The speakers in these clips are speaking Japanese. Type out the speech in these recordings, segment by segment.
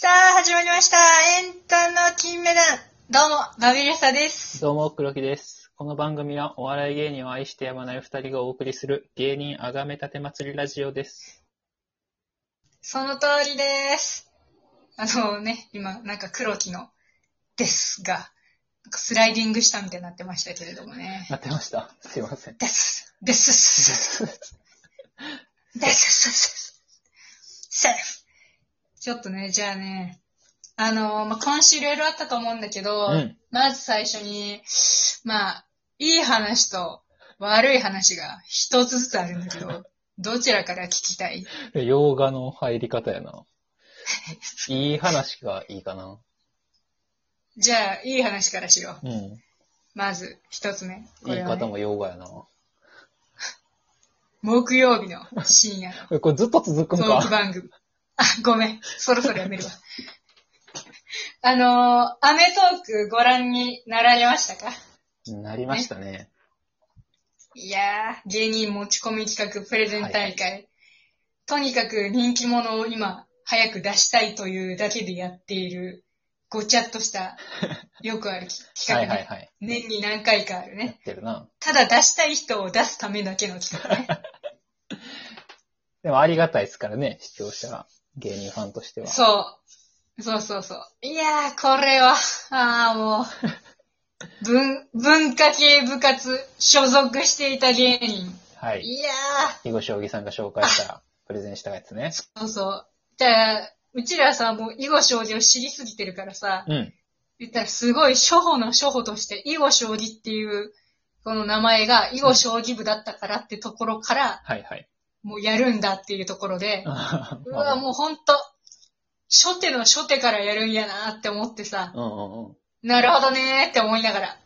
始まりました。エンタの金メダル。どうも、ナビレサです。どうも、黒木です。この番組はお笑い芸人を愛してやまない二人がお送りする芸人あがめたて祭りラジオです。その通りです。あのね、今、なんか黒木の、ですが、なんかスライディングしたみたいになってましたけれどもね。なってましたすい ません。です。です。です。セーフ。ちょっとね、じゃあね、あのまあ、今週いろいろあったと思うんだけど、うん。まず最初に、まあ、いい話と悪い話が一つずつあるんだけ ど、どちらから聞きたい洋画の入り方やな。いい話がいいかな。じゃあ、いい話からしよう。うん。まず、一つ目。こ言れいは方ね、も洋画やな。こ木曜日の深夜れこれずっと続くのんトークか。番組。あ、ごめん。そろそろやめるわ。あのー、アメトークご覧になられましたかなりましたね。いやー、芸人持ち込み企画プレゼン大会。とにかく人気者を今、早く出したいというだけでやっている、ごちゃっと した、よくあるきは企い画、はねいはい。年に何回かあるやっね。てるな。ただ出したい人を出すためだけの企画 ね。でもありがたいですからね、視聴者、芸人ファンとしては。そう。そうそうそう。いやー、これは、あー もう、文、文化系部活、所属していた芸人。はい。いやー、囲碁将棋さんが紹介した、プレゼンしたやつね。そうそう。じゃあ、うちらさ、もう囲碁将棋を知りすぎてるからさ、うん。言ったらすごい初歩の初歩として、囲碁将棋っていう、この名前が囲碁将棋部だったからってところから、はいはい。もうやるんだっていうところで、うわ、うもうほんと、初手の初手からやるんやなって思ってさ、んうんうん。なるほどねーって思いなが ら。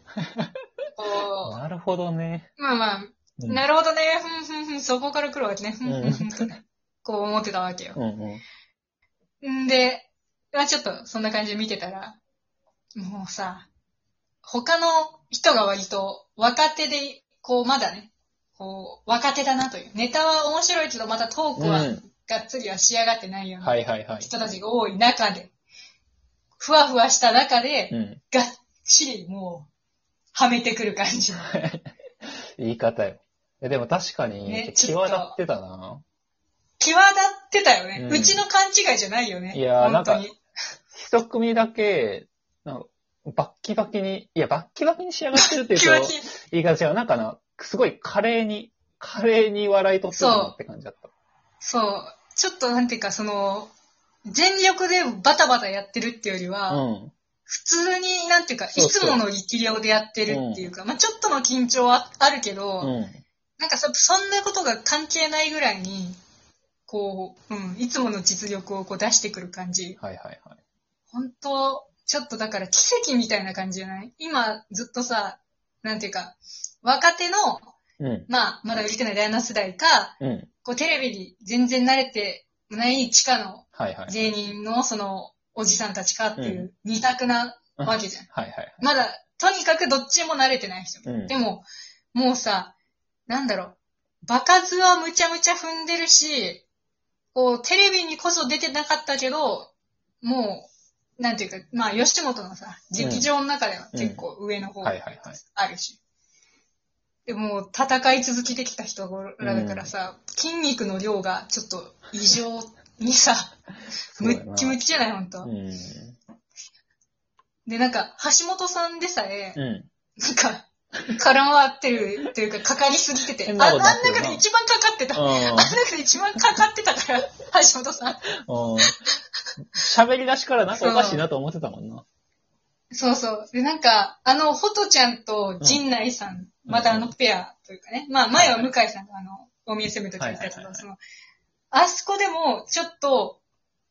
こなるほどね。う、まあまあ、うんなるほどねふんふんふん、そこから来るわけね、ふんふんふんとね、こう思ってたわけよ。うんうん。んで、まあちょっとそんな感じで見てたら、もうさ、他の人が割と若手で、こうまだね、こう若手だなという。ネタは面白いけどまたトークはうんがっつりは仕上がってないようなはいはいはい。人たちが多い中で、ふわふわした中でう、ん。がっちりもう、はめてくる感じ。言い方よ。えでも確かに、ねちょ際っと立ってたな。際立ってたよね。ううんちの勘違いじゃないよね。いやー本当に。一組だけ、なんかバッキバキに、いや、バッキバキに仕上がってるっていう気持とち、いい言い方違う。なんかな、すごい華麗に、華麗に笑い取ってるなって感じだった。そう。ちょっとなんていうか、その、全力でバタバタやってるっていうよりは、うん。普通になんていうか、いそうそうつもの力量でやってるっていうか、まあちょっとの緊張はあるけど、うん。なんかそそんなことが関係ないぐらいに、こう、うん、いつもの実力をこう出してくる感じ。はいはいはい。本当ちょっとだから奇跡みたいな感じじゃない今ずっとさ、なんていうか、若手の、うん。まあまだ売れてない第7世代か、うん。こうテレビに全然慣れてない地下のはいはい。芸人のそのおじさんたちかっていうう二択なわけじゃん。はいはい。まだ、とにかくどっちも慣れてない人。うんでも、もうさ、なんだろう、場数はむちゃむちゃ踏んでるし、こう、テレビにこそ出てなかったけど、もう、なんていうか、まあ、吉本のさ、劇場の中では結構上の方はいはいはい。あるし。でも、戦い続けてきた人らだからさ、筋肉の量がちょっと異常にさ、 そうムやなッキムキじゃない、ほんと。うで、なんか、橋本さんでさえん。、うなんか、絡まってるって いうか、かかりすぎてて、ああん変なことになってるな中で一番かかってた。あんん。うん。中で一番かかってたから、橋本さん。うん喋り出しからなんかおかしいなと思ってたもんな。そうそう。で、なんか、あの、ほとちゃんと陣内さん、またあのペアというかね、まあ前は向井さんがあの、お見え攻めときにいたけはいはいはいど、はいその、あそこでもちょっと、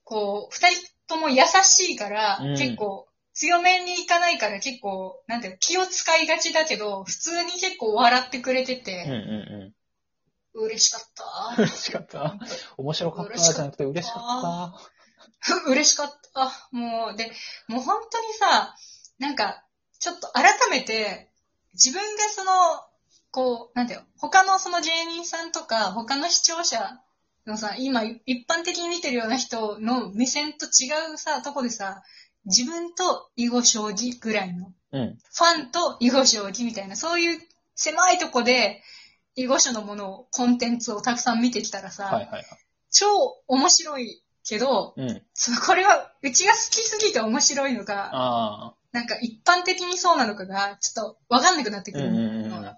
こう、二人とも優しいから、うん結構、強めにいかないから結構、なんていうの気を使いがちだけど、普通に結構笑ってくれてうんうんて、う嬉しかん。っ。嬉しかった。面白かったじゃなくて嬉しかった嬉しかった。もう、で、もう本当にさ、なんか、ちょっと改めて、自分がその、こう、なんだよ、他のその芸人さんとか、他の視聴者でもさ、今、一般的に見てるような人の目線と違うさ、とこでさ、自分と囲碁将棋ぐらいの、うん。ファンと囲碁将棋みたいな、そういう狭いとこで、囲碁書のものを、コンテンツをたくさん見てきたらさ、はいはいはい。超面白いけど、うん。そのこれは、うちが好きすぎて面白いのか、あなんか一般的にそうなのかが、ちょっとわかんなくなってあ。うくんるうの。んうん。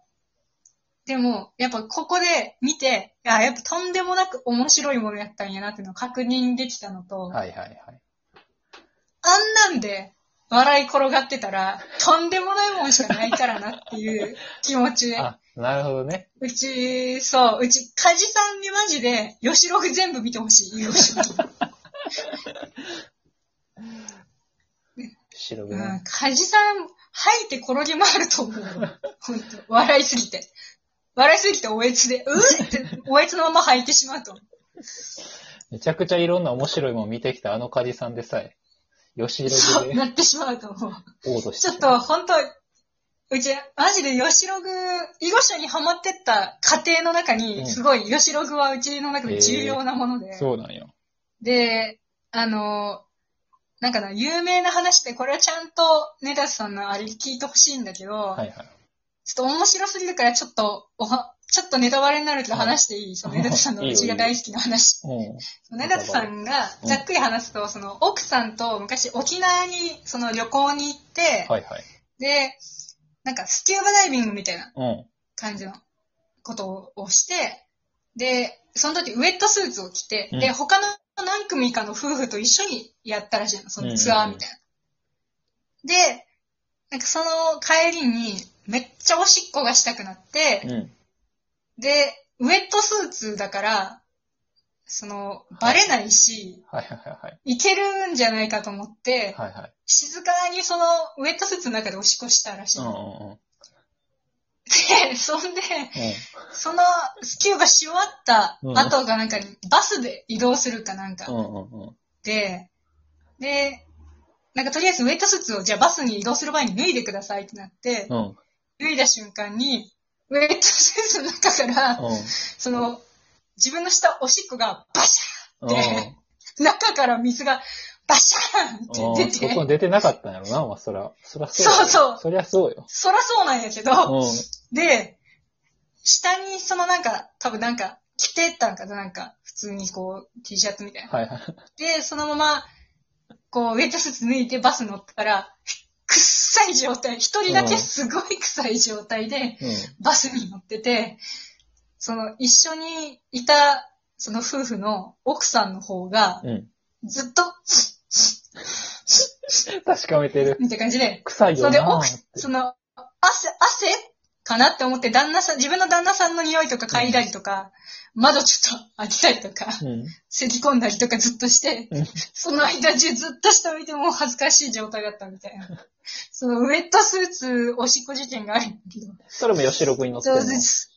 でも、やっぱここで見て、あやっぱとんでもなく面白いものやったんやなっていうのを確認できたのと、はいはいはい。あんなんで笑い転がってたら、とんでもないもんしかないからなっていう気持ちで、あ、なるほどね。うち、そう、うち、カジさんにマジで、吉六全部見てほし い、よし。白う黒。ん、カジさん、吐いて転げ回ると思う。ほんと、笑いすぎて。笑いすぎて、おえつで、うーって、おえつのまま吐いてしまうと思う。めちゃくちゃいろんな面白いもん見てきたあのカジさんでさえ、吉そ色う、でなってしまうと思う。オードしてちたょっと、ほんと、うち、マジで吉六、囲碁書にハマってった過程の中うんに、すごい吉六はうちの中で重要なもので。そうなんよ。で、あの、なんかな、有名な話で、これはちゃんと根立さんのあれ聞いてほしいんだけど、はいはい。ちょっと面白すぎるから、ちょっとおは、ちょっとネタバレになるけどはい話していい、その根立さんのいいようちが大好きな話。うん。根立さんがうんざっくり話すと、その奥さんと昔沖縄にその旅行に行って、はいはい。で、なんかスキューバダイビングみたいなうん。感じのことをして、で、その時ウェットスーツを着て、うんで、他の何組かの夫婦と一緒にやったらしいの、そのツアーみたいな。で、なんかその帰りにめっちゃおしっこがしたくなって、うん。で、ウェットスーツだから、その、バレないし、はいはいはいはい。いけるんじゃないかと思って、はいはい。静かにその、ウェットスーツの中でおしっこしたらしいうんうの。んうん。で、そんで、うん。そのスキューバし終わった後がなんかに、バスで移動するかなんうかんうんうん。で、で、なんかとりあえずウェットスーツをじゃあバスに移動する前に脱いでくださいってなって、うん。うん。脱いだ瞬間に、ウェットスーツの中から、その、自分のしたおしっこがバシうん。でャーン中から水がバシャーン って出そこて、出てなかったんやろな、まあ、そら。そらそうそうそうそりゃそうよ。そらそうなんやけうど、ん。で、下にそのなんか、多分なんか、着てったんかな、なんか、普通にこう、T シャツみたいな。はいはい。で、そのまま、こう、ウェットスーツ脱いでバス乗ったら、臭い状態、一人だけすごい臭い状態で、うん。バスに乗ってて、その、一緒にいた、その夫婦の奥さんの方が、うん。ずっと、確かめてる。みたいな感じで、臭いそよれで、な奥ーっ、てそ。の、汗、汗かなって思って、旦那さん、自分の旦那さんの匂いとか嗅いだりとか、窓ちょっと開けたりとか、うん。咳込んだりとかずっとしてうん、その間中ずっと下見てもう恥ずかしい状態だったみたいな。そのウェットスーツおしっこ事件があるんだけど。それも吉六に載ってそうるです。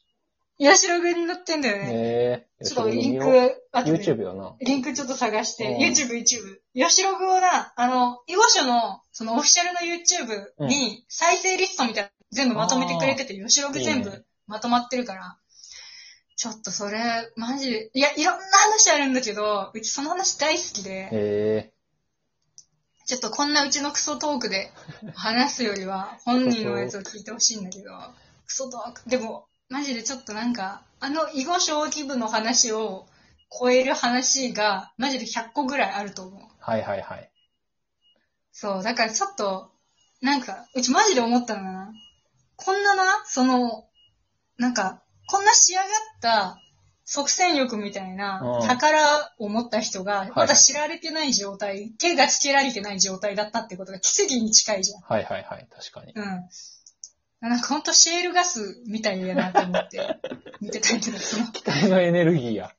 八代軍に乗ってんだよね。ねえ。ちょっとリン吉六ク、後で見よう YouTube よな。リンクちょっと探して、うん YouTube、YouTube。吉六をな、あの、囲碁書の、そのオフィシャルの YouTube に、再生リストみたいな、全部まとめてくれてて、吉六全いいね部まとまってるから、ちょっとそれ、マジで、いや、いろんな話あるんだけど、うちその話大好きで、えちょっとこんなうちのクソトークで話すよりは、本人のやつを聞いてほしいんだけど、クソトーク、でも、マジでちょっとなんか、あの囲碁将棋部の話を超える話が、マジで100個ぐらいあると思う。え。はいはいはい。そう、だからちょっと、なんか、うちマジで思ったのがな、こんなな、その、なんか、こんな仕上がった即戦力みたいなうん宝を持った人いが、まだ知られてない状態、手がつけられてない状態だったってことが奇跡に近いじゃん。はいはいはい。確かに。うん。なんかほんとシェールガスみたいやなと思って、見てたけど、その、期待のエネルギーや。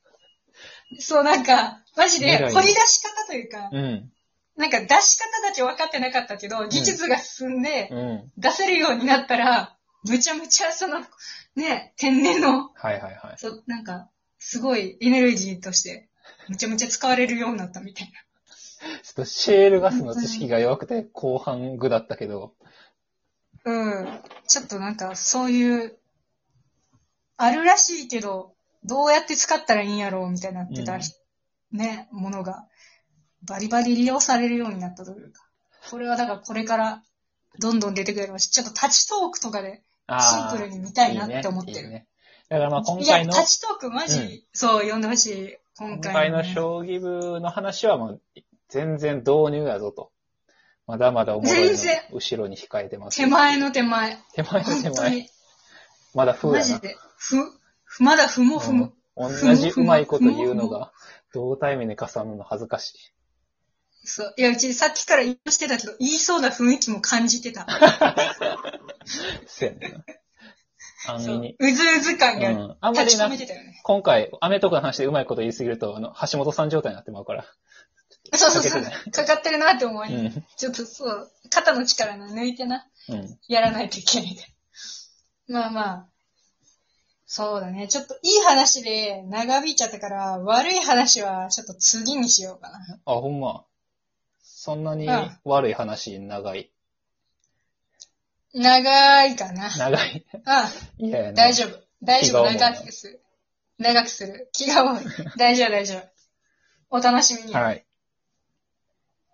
そうなんか、マジ未来でに掘り出し方というか、うん。なんか出し方だけ分かってなかったけど、技術が進んで、うん。出せるようになったら、むちゃむちゃその、ね、天然の、はいはいはい。そなんか、すごいエネルギーとして、むちゃむちゃ使われるようになったみたいな。ちょっとシェールガスの知識が弱くて後半具だったけど、うん。ちょっとなんか、そういう、あるらしいけど、どうやって使ったらいいんやろうみたいになってた、うんね、ものが、バリバリ利用されるようになったというか、これはだからこれからどんどん出てくればし、ちょっとタッチトークとかでシンあプルーに見たいなって思ってる。いいねいいねだからまあ今いや、回のタッチトークマジ、うんそう、読んでほしい。今今回回ののね、将棋部の話はもう全然導入やぞと。まだまだおもろ全いの然後ろに控えてます。手前の手前。手前の手本当前。に。まだ風マやジな。で。ふ、ふまだふもふも。うん同じうまいこと言うのが、同対面で重なるの恥ずかしい。そう。いや、うちさっきから言いしてたけど、言いそうな雰囲気も感じてた。せやねんな。安そ易うに。うずうず感うがん。あんま立ちり込なめ、てたよね。今回、アメとかの話でうまいこと言いすぎると、あの、橋本さん状態になってまうから。そうそうそかう。けかかってるなって思うい、ん。ちょっとそう、肩の力の抜いてな、うん。やらないといけないから。まあまあ。そうだね。ちょっといい話で長引いちゃったから、悪い話はちょっと次にしようかな。あ、ほんま。そんなにうん悪い話、長い。長いかな。長い。ういやいやん、な大丈夫。大丈夫。気が重いな長くする。長くする。気が重い。大丈夫、大丈夫。お楽しみに。はい。